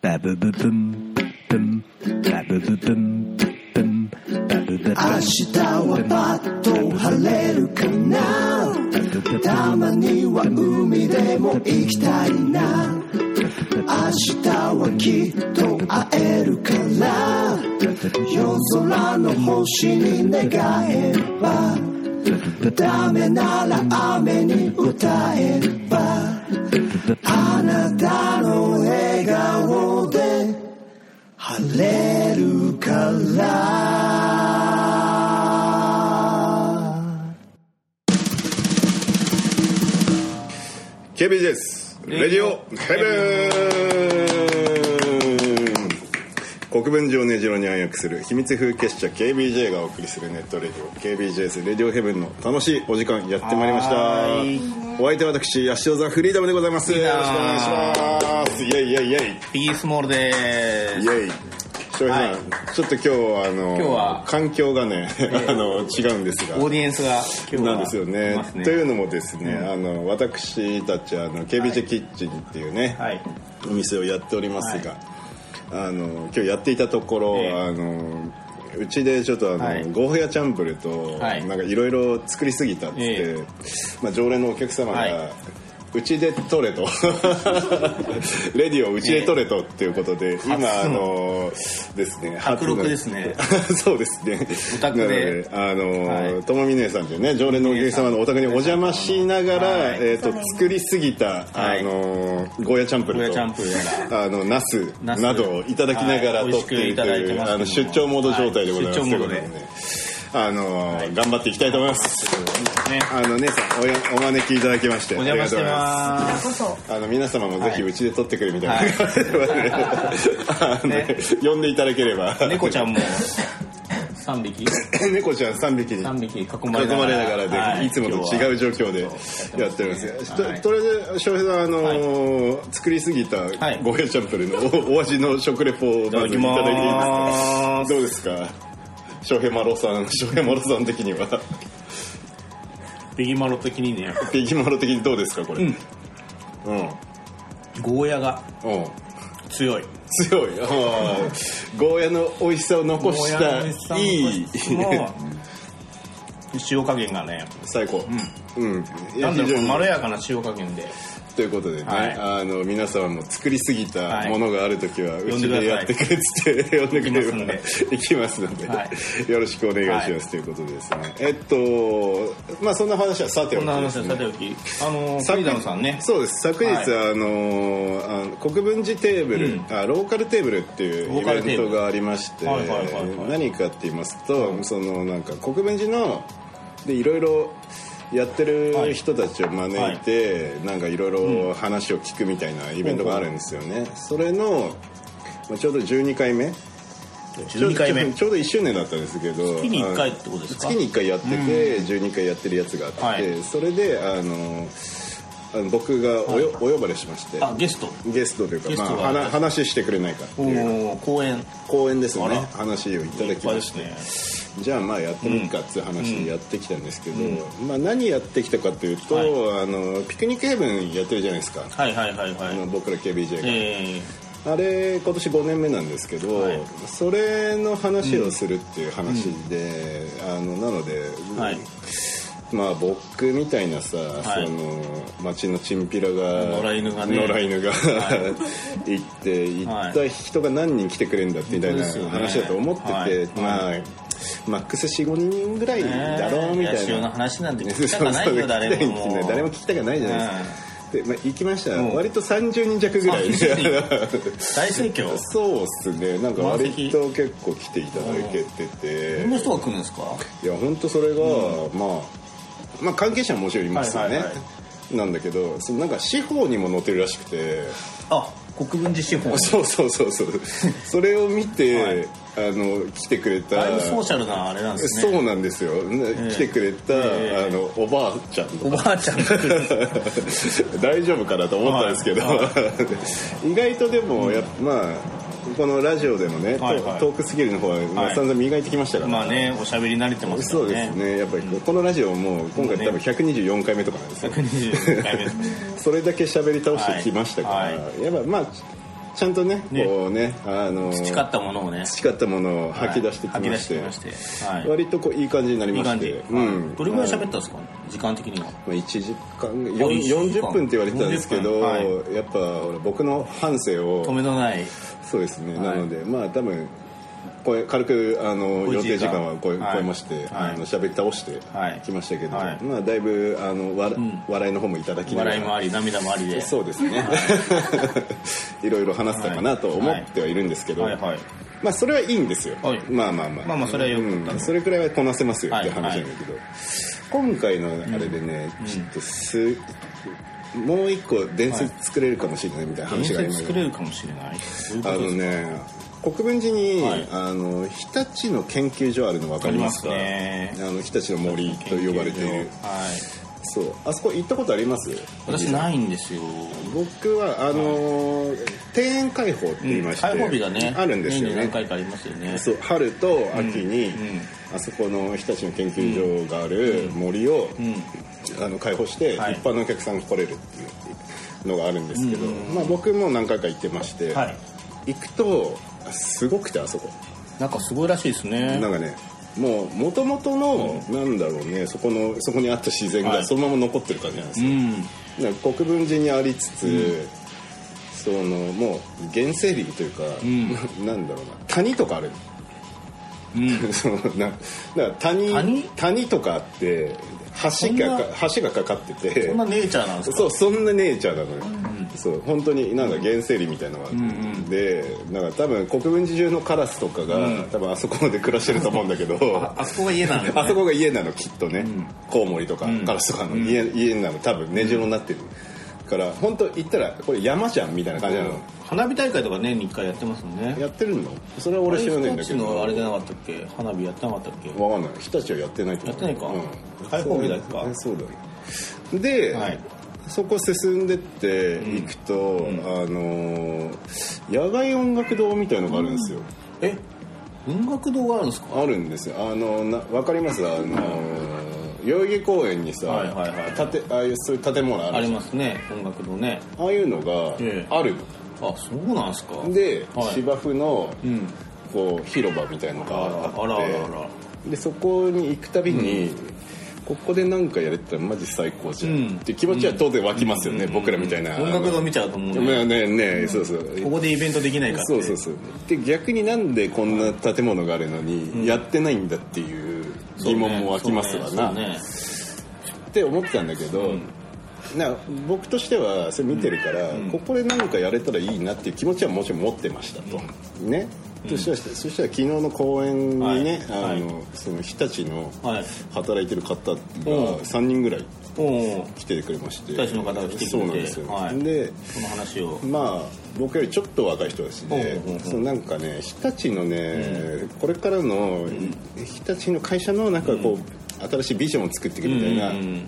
バブブブンブンバブブブンブンバブブブン明日はパッと晴れるかなたまには海でも行きたいな明日はきっと会えるから夜空の星に願えばダメなら雨に歌えばあなたの笑顔で晴れるからケビジですレディオヘブン国分寺をねじろに暗躍する秘密風結社 KBJ がお送りするネットレディオ KBJS レディオヘブンの楽しいお時間やってまいりましたはお相手は私八代座フリーダムでございますよいいろしなくお願いしますイェイイェイイェイピースモールでイーす。ェイ翔平さん、ちょっと今日はあの今日は環境がね、 あの違うんですがオーディエンスが今日はなんですよいねます。というのもですね、あの私たちあの KBJ キッチンっていうね、はい。お店をやっておりますが、あの今日やっていたところ、ええあのうちでちょっとあの、はいゴーヤチャンプルと、はいなんかいろいろ作りすぎたっつって、えまあ、常連のお客様が、はいうちで取れ とレディオうちで取れとっていうことで、今初あののですね白録ですね初の そうですねお宅でなのであはのいともみ姉さんというね常連のお客様のお宅にお邪魔しながら、はいえっ、と作りすぎた、はいあのゴーヤチャンプルゴーヤチャンプルやらあのナスナスなどをいただきながらはい撮っていると美味しくいただいいてう、ますけどもあの出張モード状態でございます、はい出張モードでということねあの、頑張っていきたいと思いますね。あの姉さんおやお招きいただきましてお邪魔してありがとうございます。こそあの皆様もぜひはいうちで撮ってくれみたいな感じで、 あのね呼んでいただければ猫ちゃんも3匹 猫ちゃん3匹に三匹囲ま囲れながらまれながらで、、はいいつもと違う状況で今日はやっておりますやってますとねはいとりあえず翔平さん、あのー作りすぎたいゴーヤチャンプルのおお味の食レポをいたまだずきいただいていいですかまーすどうですか翔平マロさん翔平マロさん的に はビギマロ的にねピギマロ的にどうですかこれうんうん、ゴーヤが強い強いあーゴーヤの美味しさを残しゴーヤたの美味しさもいい塩加減がね 最高うん、いやなんだ非ろ常うにまろやかな塩加減でということでね、はいあの皆様も作りすぎたものがある時はう呼んちでくださでいやってくれっつって呼んでくれれば行きますんで行きますのではよろしくお願いしますということでですねえっとまあそんな話はさておこきんなで話すはねさておきあのサリダムさんねそうです昨日、はいあのーあの国分寺テーブル、うんあローカルテーブルっていうロイーカルベテンーブトルがありましてはいはいはいはい何かって言いますと、そのなんか国分寺のでいろいろやってる人たちを招いて、なんかいろいろ話を聞くみたいなイベントがあるんですよね、それの、まあ、ちょうど12回目12回ち目ょうどちょうど1周年だったんですけど月に1回ってことですか月に1回やってて、12回やってるやつがあって、はいそれであのあの僕がおよ、お呼ばれしましてあゲストゲストというかゲ、スまトあが、はな話してくれないかっておいうお公演いっ公演ですねあら話をいただきぱまいでしすて、ねじゃあまあやってみるかっていう話でやってきたんですけど、まあ、何やってきたかというと、はいあのピクニックヘブンやってるじゃないですか、はいはいはいはあのい僕ら KBJ が、えあれ今年5年目なんですけど、はいそれの話をするっていう話で、あのなので、ーはいまあ僕みたいなさ、いその町のチンピラが野良犬がね野良犬が 行って行った人が何人来てくれるんだってみたいな本当ですよね話だと思ってて、はいまあ、マックス45人ぐらいだろうみたいねえ野良のな。話なんてね聞きたくないよ誰もそうそう聞きたくない誰も聞きたくないじゃないですか、で、まあ、行きました、うん割と30人弱ぐらい30大盛況 そうっすねなんか満割席と結構来ていただけててどんな人が来るんですかいや本当それが、まあまあ関係者ももちろんいますよね、はいはいはなんだけどそのなんか司法にも載ってるらしくてあ国分寺司法そうそうそう そうそれを見て、はいあの来てくれただいぶソーシャルなあれなんですねそうなんですよ、ねえ来てくれた、ええあのおばあちゃんとおばあちゃんが 大丈夫かなと思ったんですけど、は い意外とでもやっぱまあこのラジオでもね、はいはいトークスキルの方は、まあはい散々磨いてきましたから、まあねおしゃべり慣れてますかそらうねです ねやっぱりこのラジオも今回多分124回目とかなんですよ、 120回目ですねそれだけ喋り倒してきましたから、はいはやっぱまあちゃんとねこうねあの培ったものをね培ったものをはい吐き出してきまして,、吐き出してきましてはい割とこういい感じになりいいまし感じ、てはいどれぐらい喋ったんまですか時間的にはあ1時間あ一時間よん40分って言われてたんですけど、 40やっぱほら僕の反省を止めのないそうですね、いなのでまあ多分これ軽くあのお予定一時間時間は超え,、はい超えまして、はいあの喋り倒してはいきましたけど、はいまあだいぶあのわ、笑いの方もいただきながら笑いもあり涙もありでそうです ね、い、ろいろ話せたかなと思ってはいるんですけど、はいはいまあそれはいいんですよ、はいまあまあまあまあまあそれはよかったうんそれくらいはこなせますよってはい話なんだけど、今回のあれでね、ちょっとすもう一個伝説作れるかもしれないみたいな伝話が今説作れるかもしれないどういうこあとでのすかね国分寺に、はいあの日立の研究所あるの分かありりまますすかねあの日立の森と呼ばれているはいそうあそこ行ったことあります私ないんですよ僕はあのー庭園開放って言いまして、開放日がねあるんですよ年にね何回かありますよねそう春と秋に、うんうんあそこの日立の研究所がある森を、あの開放して、はい一般のお客さんが来れるっていうのがあるんですけど、まあ、僕も何回か行ってまして、はい行くとすごくてあそこ。なんかすごいらしいですねなんかねもう元々の、なんだろうねそこのそこにあった自然はがいそのまま残ってる感じなんですうよ、んなんか国分寺にありつつ、そのもう原生林というか、 なんだろうな谷とかある、 そのなだから谷谷とかあって橋がそんか橋がかかっててそんなネイチャーなんですかそうそんなネイチャーなのよ、そう本当になんか原生林みたいなのがあって、でなんか多分国分寺中のカラスとかが、多分あそこで暮らしてると思うんだけど あそこが家なんで、ね、あそこが家なのきっとね、コウモリとかカラスとかの家,、家なの多分根城になってる、から本当行ったらこれ山じゃんみたいな感じなの、花火大会とか年に1回やってますよねやってるのそれは俺知らないんだけあれ日立のどあれじゃなかったっけ花火やってなかったっけわかんない日立はやってないと思うやってないかうん、開放日だけかそうだねで、はいそこ進んでって行くと、あのー野外音楽堂みたいのがあるんですよ、え音楽堂があるんですかあるんですよあのな分かりますあのー代々木公園にさ、はいはいはい建てああいうそういう建物ああるじりゃんますね音楽堂ねああいうのがええあるあそうなんですかので、はい芝生のうんこう広場みたいのあらがあってあらあらあらでそこに行くたびに、ここで何かやれたらマジ最高じゃん、うんっていう気持ちは当然湧きますよね、僕らみたいな、音楽堂見ちゃうと思うねねねねそうそうここでイベントできないかってそうそうそうで逆になんでこんな建物があるのにやってないんだっていう疑問も湧きますわな、そうねって思ってたんだけど、な僕としてはそれ見てるから、ここで何かやれたらいいなっていう気持ちはもちろん持ってましたと、ねそしたらそしたら昨日の公演にね、はあいのその日立のはい働いてる方がうん3人ぐらいそうねおう来てくれまして日立の方が来てくれてそうなんですよ、はいでこの話をまあ僕よりちょっと若い人だしねうんうんうんそのなんかね日立のね、これからの、日立の会社のなんかこう、新しいビジョンを作っていくみたいな、うん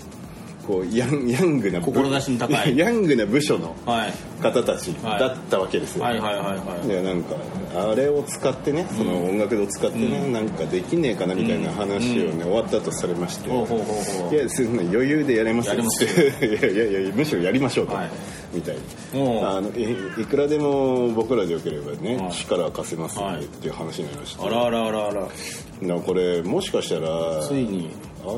こうヤンヤングな部志の高 いヤングな部署のはい方たちだったわけですよ、はいはいはいはいでなんかあれを使ってねその音楽堂を使ってね、なんかできねえかなみたいな話をね、終わったとされまして、ほうほうほうほういやそんな余裕でやれますよやれますって いやいやいやむしろやりましょうと、はいみたいおうなあのいいくらでも僕らでよければね、はい力は貸せますよはねいっていう話になりました、あらあらあらあらなこれもしかしたらついにあ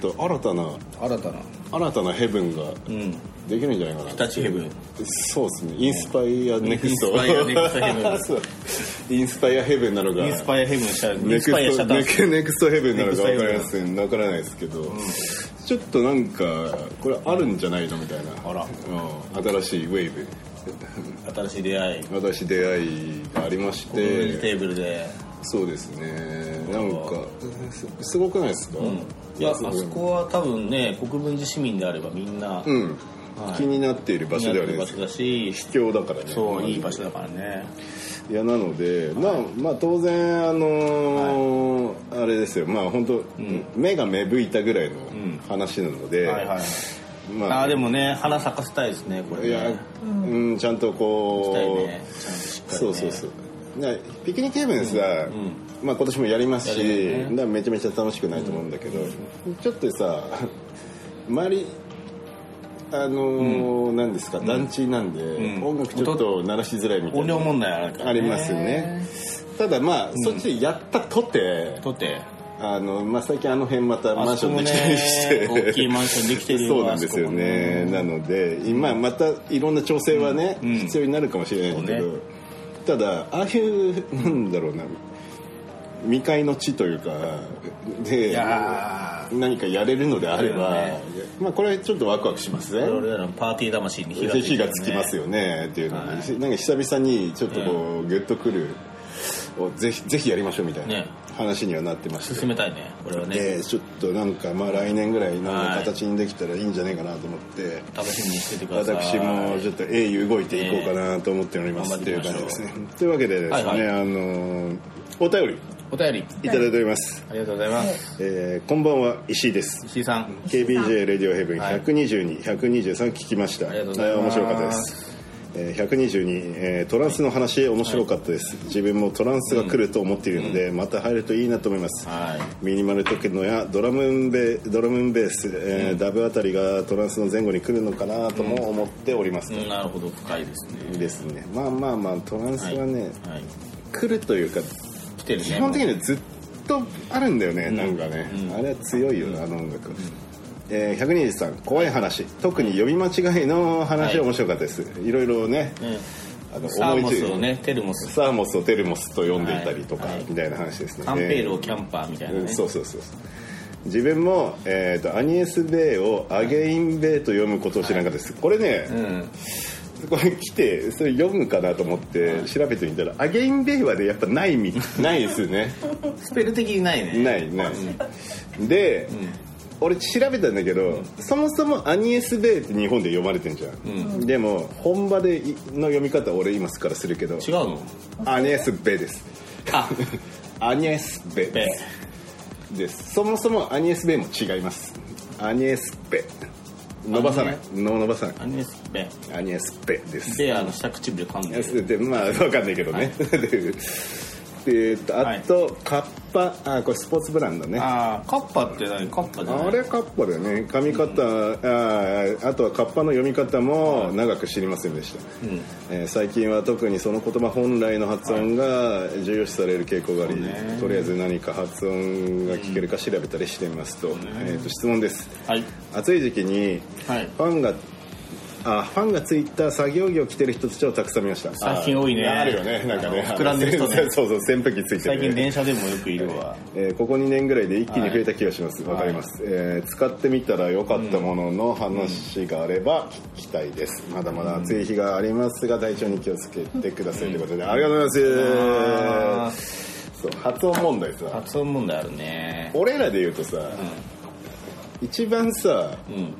ちょっと新たな新たな新たなヘブンがうんできるんじゃないかな、日立ヘブンそうですねインスパイアネクストインスパイアネクストヘブン そうインスパイアヘブンなのかインスパイアヘブンしたイネンクスパイアしスちトゃったんネですクネクストヘブンなのかネクストヘ分かブンりません分からないですけど、ちょっとなんかこれあるんじゃないのみたいなあらうん新しいウェーブ新しい出会い新しい出会いがありまし同じテてーブルでそうですねなんかすすごくないですか、いやあそこは多分ね国分寺市民であればみんなうん、はい気になっている場所ではありま場す所だし秘境だからねそういい場所だからねいやなので、まあまあ当然あのーあれですよまあ本当、目が芽吹いたぐらいの話なので、はいはいまあああーでもね花咲かせたいですねこれねいや、うん、ちゃんとしこう、たいねちゃんとしっかりそねうそうそうなピクニックヘブンさ、まあ、今年もやりますし、やるよだねからめちゃめちゃ楽しくないと思うんだけど、ちょっとさ周りあのーなんですか団地なんで、ん音楽ちょっと鳴らしづらいみたい音な量問題あるから、ありますよねただまあ、そっちでやったとてとてあの、まあ、最近あの辺またマンションできたりしてあそこもね大きいマンションできてるよそうなんですよねなので今またいろんな調整はね、ん必要になるかもしれないけど、そうねただああいうなんだろうな未開の地というかいでや何かやれるのであれば、そうだよねまあこれはちょっとワクワクしますねー俺らのパーティー魂に火が,、火がつきますよねっていうのに、なんか久々にちょっとこう、グッとくるをぜひぜひやりましょうみたいなね話にはなってましたけど進めたいねこれはね、でちょっとなんかまあ来年ぐらいなんか形にできたらいいんじゃないかなと思って、楽しみにしててください私もちょっと英雄動いていこうかなと思っておりますっていう感じですね。というわけでですね、はいはあのーお便りお便りいただいております。ありがとうございますえーこんばんは石井です。石井さん KBJ レディオヘブンはい122、123聞きました。ありがとうございます面白かったです。えー122、えートランスの話面白かったです、自分もトランスが来ると思っているので、また入るといいなと思います、はいミニマルテクノやドラムンベドラムンベース、えーダブあたりがトランスの前後に来るのかなとも思っております、うんなるほど深いですねですねまあまあまあトランスはね、はい、来るというか来てるね基本的にはずっとあるんだよね、なんかね、あれは強いよなあの音楽、えー、120さん怖い話特に読み間違いの話は面白かったです、い、ろいろね、うんあのサーモ思いつスいをねテルモスサーモスをテルモスと呼んでいたりとか、はいみたいな話ですねカンペールをキャンパーみたいなうんねそうそうそうそう自分も、えー、とアニエス・ベイをアゲイン・ベイと読むことを知らなかったです、これね、うんこれ来てそれ読むかなと思って調べてみたら、アゲイン・ベイはねやっぱないみないですねスペル的にないねないないで、俺調べたんだけど、そもそもアニエス・ベイって日本で読まれてんじゃん、でも本場でいの読み方俺今すからするけど違うのアニエス・ベイですあアニエス・ベイペですですそもそもアニエス・ベイも違いますアニエス・ベイ伸ばさないの伸ばさないアニメスペアニエス・ベイですであの下唇噛んでるでまあわかんないけどね、でえーっとあと、カッパあこれスポーツブランドねあああカッパって何カッパじゃないれカッパだよね噛み方、ああとはカッパの読み方も長く知りませんでした、えー最近は特にその言葉本来の発音が重要視される傾向があり、とりあえず何か発音が聞けるか調べたりしてみますと,、えーっと質問ですはい暑い時期にフはいァンが、あファンがついた作業着を着てる人たちをたくさん見ました最近多いねああるよねなんかねあの膨らんでる人ね そうそう扇風機ついて最る、ね、近電車でもよくいるわえーここ2年ぐらいで一気に増えた気がしますわ、かります、えー使ってみたら良かったものの話があれば聞きたいです、まだまだ暑い日がありますが体調に気をつけてくださいということでありがとうございあますそう発音問題さ発音問題あるね俺らで言うとさ、一番さ、ん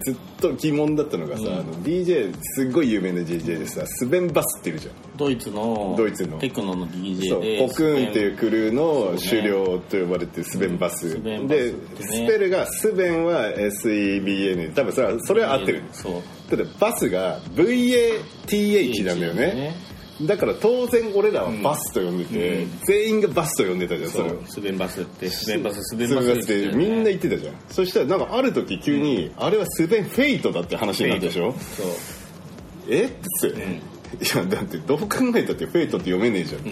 ずっと疑問だったのがさ、あの DJ すっごい有名な DJ でさスベン・バスっているじゃんドイツのドイツのテクノの DJ でそうポクーンっていうクルーのスベ狩ン猟と呼ばれてるスベンバス,、スベンバスでですスねペルがスベンは SEBN 多分さそれは合ってるそうただバスが VATH なんだよねだから当然俺らはバスと呼んでて、全員がバスと呼んでたじゃんそそれをうスベンバスってスベンバススベスベンバンスバスってみんな言言ってたじゃんそしたらなんかある時急に、あれはスベンフェイトだって話になったでしょそうえっつって、いやだってどう考えたってフェイトって読めねえじゃん、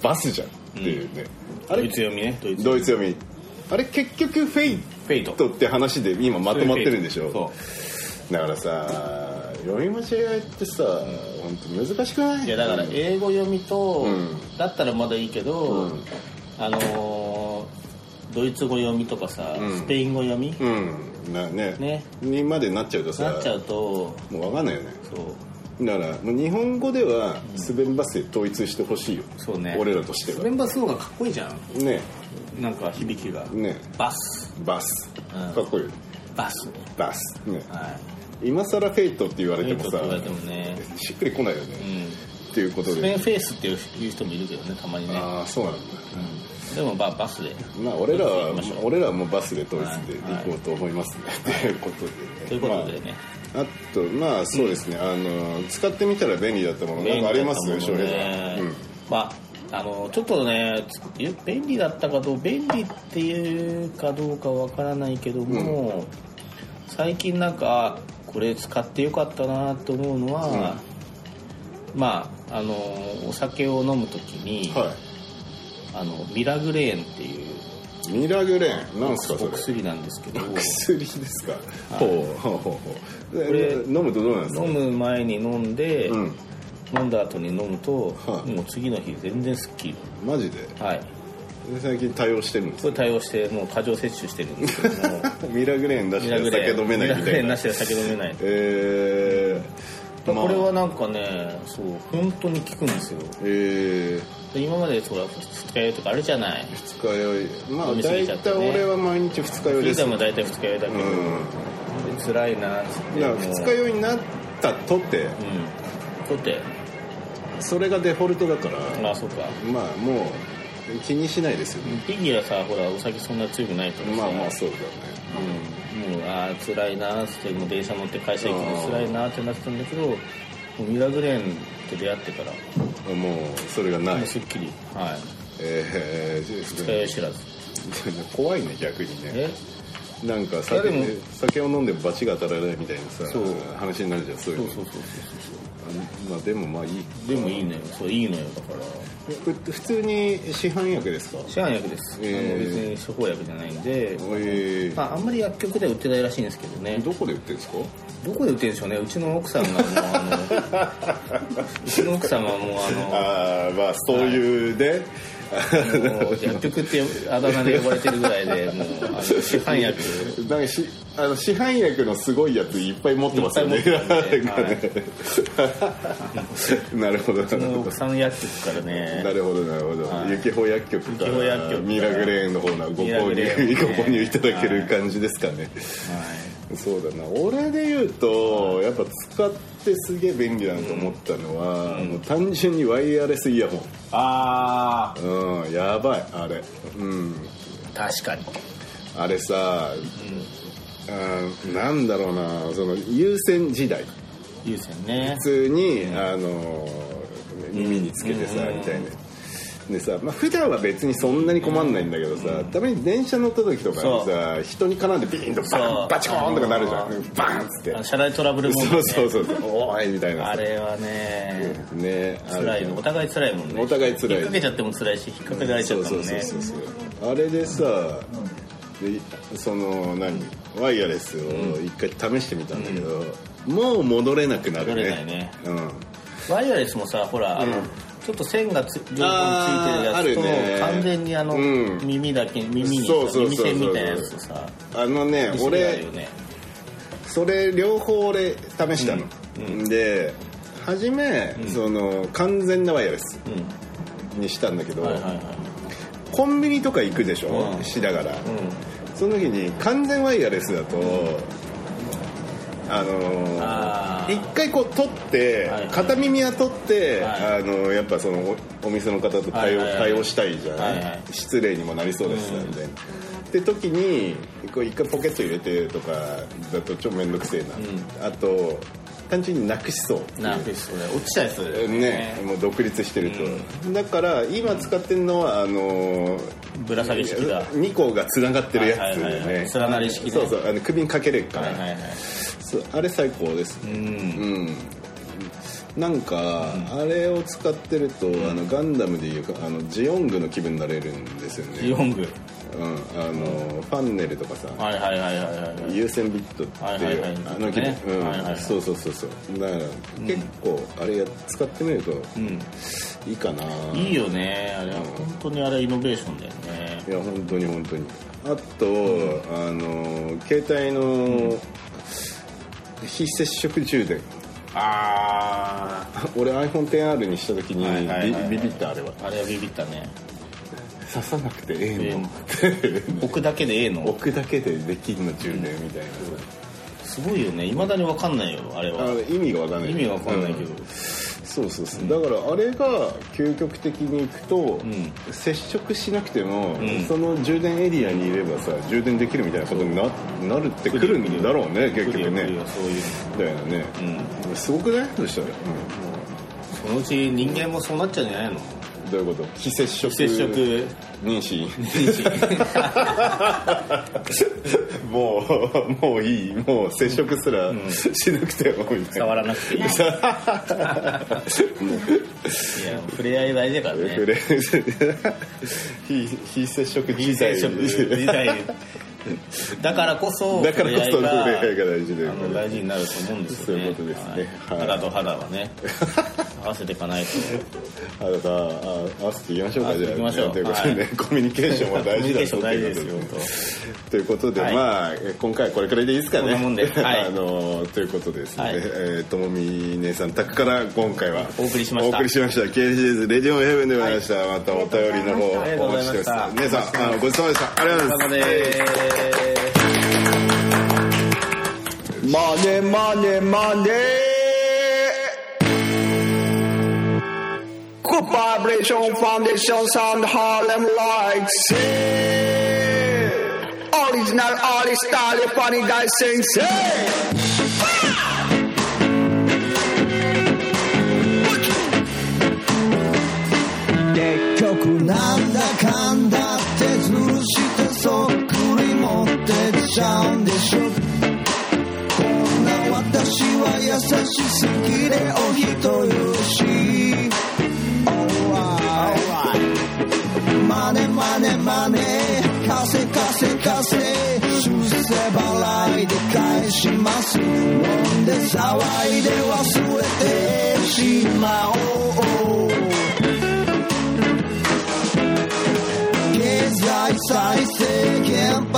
バスじゃんっていうね、あドれイツ読みねドイツドイツ読みあれ結局フェイフェイトトって話で今まとまってるんでしそょうだからさ読み間違いってさ本当難しくないいやだから英語読みと、うんだったらまだいいけど、うんあのードイツ語読みとかさ、んスペイン語読み、うんなねねにまでなっちゃうとさなっちゃうともう分かんないよねそうだからもう日本語ではスベンバスで統一してほしいよ、そうね俺らとしてスはペインバスの方がかっこいいじゃんねなんか響きが、ねバスバス、うんかっこいいよバスねバスねはい今更フェイトって言われフてェイもトってさ言われてもね、しっくりこないよねう、ん、っていうことスペインでフェイスっていう人もいるけどねたまにね、ああそうなんだでもまあバスでまあ俺らは行きましょう俺らはもうバスで統一で行こうと思いますね、ということで、ね、ということでね、まあ、あとまあそうですね、あの使ってみたら便利だったものなんかあります便利翔だったもの平ねさん、うんまああのちょっとねつ便利だったかどう便利っていうかどうかわからないけども、最近なんかここれ使ってよかったなと思うのは、まああのお酒を飲む時に、はあのミラグレーンっていういミラグレーンなんすかそおれ薬なんですけど薬ですか、ほうほうほうほうこれで飲むとどうなんですか飲む前に飲んで、うん飲んだ後に飲むと、はいもう次の日全然スッキリマジでではい最近対応してるんですこれ対応してもう過剰摂取してるんですけどもミラグレーン出しミてラグ レ酒ーン飲めないみミラグたレいーンななしで酒飲めないえー、 まあこれはなんかねそう本当に効くんですよえー、で今までそうやっぱ二日酔いとかあるじゃない二日酔いまあ飲み過ぎ大ちゃって体ね俺は毎日二日酔いリでーすダーうんも大体二日酔いだけど、で辛いなっつってだから二日い酔いになったとってうんとってそれがデフォルトだからまあそうかまあもう気にしないですよねフィギュアさほらお酒そんな強くないからさまあまあそうだねうん、もうああ辛いなーっつってもう電車乗って会社行くの辛いなーってなってたんだけどもうミラグレーンと出会ってからももうそれがないうすっきりはいえー二日酔い知らず 怖いね逆にねえなんかいや酒でも酒を飲んでバチが当たらないみたいなさそう話になるじゃんそういうそうのそうそうまあでもまあいいでもいいのよそういいのよだからふ普通に市販薬ですか市販薬です、ええあの別に処方薬じゃないんで、えまあ、あんまり薬局では売ってないらしいんですけどねー、どこで売ってるんですかどこで売ってるんでしょうねうちの奥さんがもうあのうちの奥様はもうあのああまあそういうね、もう薬局ってあだ名で呼ばれてるぐらいでもうあの市販薬 なんかしあの市販薬のすごいやついっぱい持ってますよねいっぱい持って なるほどなるうちのほど奥さん薬局からねなるほどなるほど、はいゆきほ薬局からゆきほ薬局からミラグレーンの方のごミラ購グ入、レーンねご購入いただける感じですかね、はそうだな俺で言うとやっぱ使ってすげえ便利だなと思ったのは、あの単純にワイヤレスイヤホい、ああンうんやばいあれうん確かにあれさ、うん、なんだろうなその優先時代優先ね普通に、あの耳につけてさ、うんみたいなでさ、まあ、普段は別にそんなに困んないんだけどさ、たまに電車乗った時とかにさ人に絡んでビーンとそバンうバチコーンとかなるじゃあんバンっつってあの社内トラブル問題、そね、うそうそうそうおーいみたいなあされはねねあれ辛いのお互い辛いもんねお互い辛い引っ掛けちゃっても辛いし引っ掛けられちゃったもんねそうそうそうそうあれでさ、でその何ワイヤレスを一回試してみたんだけど、もう戻れなくなるね戻れないねうんワイヤレスもさほら、あうのんちょっと線がつ両あー方についてるあるねやつと、完全にあの、うん耳だけ耳にさそうそうそうそう耳栓みたいなやつとさあのね二種類ある俺よねそれ両方俺試したの、で初め、その完全なワイヤレスにしたんだけど、うんはいはいはいコンビニとか行くでしょ、うんしながら、うんその時に完全ワイヤレスだと、あのーあー一回こう取って、はいはい片耳は取って、はいあのーやっぱそのおお店の方と対応,、はいはいはい対応したいじゃない、はいはい失礼にもなりそうですみたいな。って時にこう一回ポケット入れてとかだとちょっと面倒くせえな、あと単純になくしそうっていうなんかそれ落ちちゃいそうだよねもう独立してると、だから今使ってるのはあのーぶら下げ式だはい2個がつながってるやつはいではいはねい連なり式ねそうそうあの首にかけれるから、はいはいそうあれ最高ですうねんうんなんか、あれを使ってるとあのガンダムでいうあのジオングの気分になれるんですよジね、オングうん、あのファンネルとかさはいはいはいはいはい優先ビットってはいいうはいはいあの気分、ねうんはいはいはいそうそうそうそうだから結構あれや使ってみるとうんいいかな、いいよねあれは本当にあれイノベーションだよねいや本当に本当にあと、あの携帯の非接触充電 あ俺 iPhone10R にした時にはいはいはいはいビビビったあれはああれはビビったね刺さなくてええの 置くだけでええの置くだけでできんの充電みたいすごいよねいまだにわかんないよあれな、あはの意味がわかんない意味わかんないけどうそうそうそうだからあれが究極的にいくと、ん接触しなくても、んその充電エリアにいればさ充電できるみたいなことにななるってくるんだろうね結来局るよ来ねるよそういうだよね、すごくないそしたら、そのうち人間もそうなっちゃうんじゃないのどういうこと非接触非接触妊娠 もうもういいもう接触すらしなくてもみたいな触らなくていいいや触れ合い大事だから触ねれ非非接触非自体接触自体だからこそだからこそ触れ合い触れが合いが大事だよあねの大事になると思うんですよねそういうことですねはい肌と肌 はね合わせていかないとあだからあ合わせていきましょうか合わせじゃてあいきましょうということでね、はいコミュニケーションは大事だコミュニケーション大事ですよということということで、はいまあえ今回はこれくらいでいいですかねこんなもんではいあのということでですね、はいえーともみ姉さん宅から今回はお送りしましたお送りしました KCS レディオンヘブンでございました、またお便りの方ありがとおうご待ちしざております姉いましたさんあのごちそうさまでしたありがとうございます マネマネマネーコーポレーションファンデーションサンドハーレムライツオリジナルアリスタイルファニー大先生結局なんだかんだってずるしてそっくり持ってっちゃうんでしょこんな私は優しすぎでお人よし Alright マネマネマネ稼稼稼出世払いで返します飲んで騒いで忘れてしまおう経済再生原発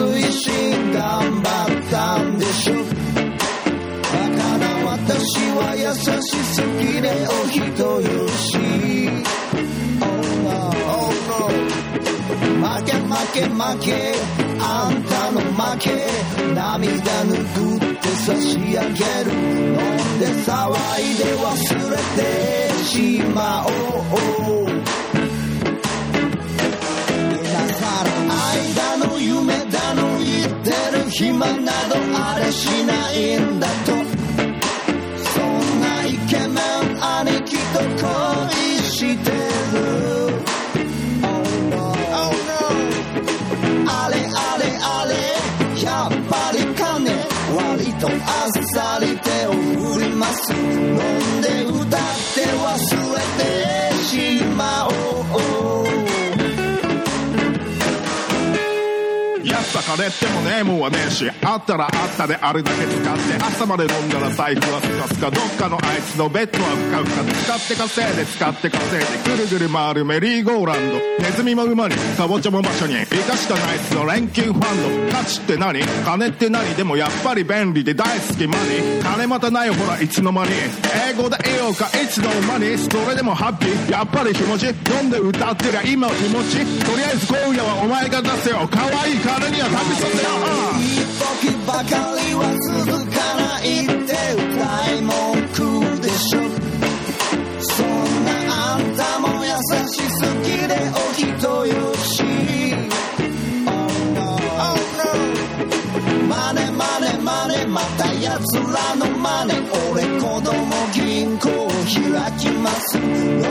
推進頑張ったんでしょだから私は優しすぎでお人よし Oh no, oh no 負け負け負けあんたの負け涙拭って差し上げる飲んで騒いで忘れてしまおうだから間の夢だの言ってる暇などあれしないんだとそんなイケメン兄貴と恋してる Oh no あれあれあれやっぱり金割とあっさり手を振ります飲んで歌って忘れてしまおうやった金ってもねえもんはねえしあったらあったであれだけ使って朝まで飲んだら財布はスカスカどっかのあいつのベッドはふかふかで使って稼いで使って稼いでぐるぐる回るメリーゴーランドネズミも馬にサボチャも馬車に生かしたナイスの連休ファンド価値って何金って何でもやっぱり便利で大好きマニー金またないほらいつの間に英語で言おうかいつの間にそれでもハッピーやっぱり気持ち飲んで歌ってりゃ今を気持ちとりあえず今夜はお前が出せよ可愛い金には旅させようん時ばかりは続かないって歌い文句でしょそんなあんたも優しすぎでお人よし Oh no, oh no マネマネマネまた奴らのマネ俺子供銀行開きます飲んで騒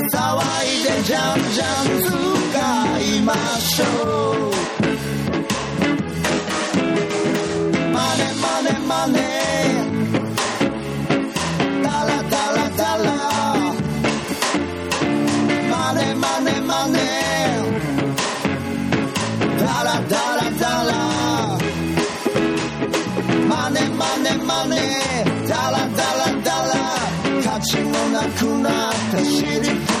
いでじゃんじゃん使いましょうマネマネマネダラダラダラマネマネマネダラダラダラマネマネマネダラダラダラ価値もなくなった尻拭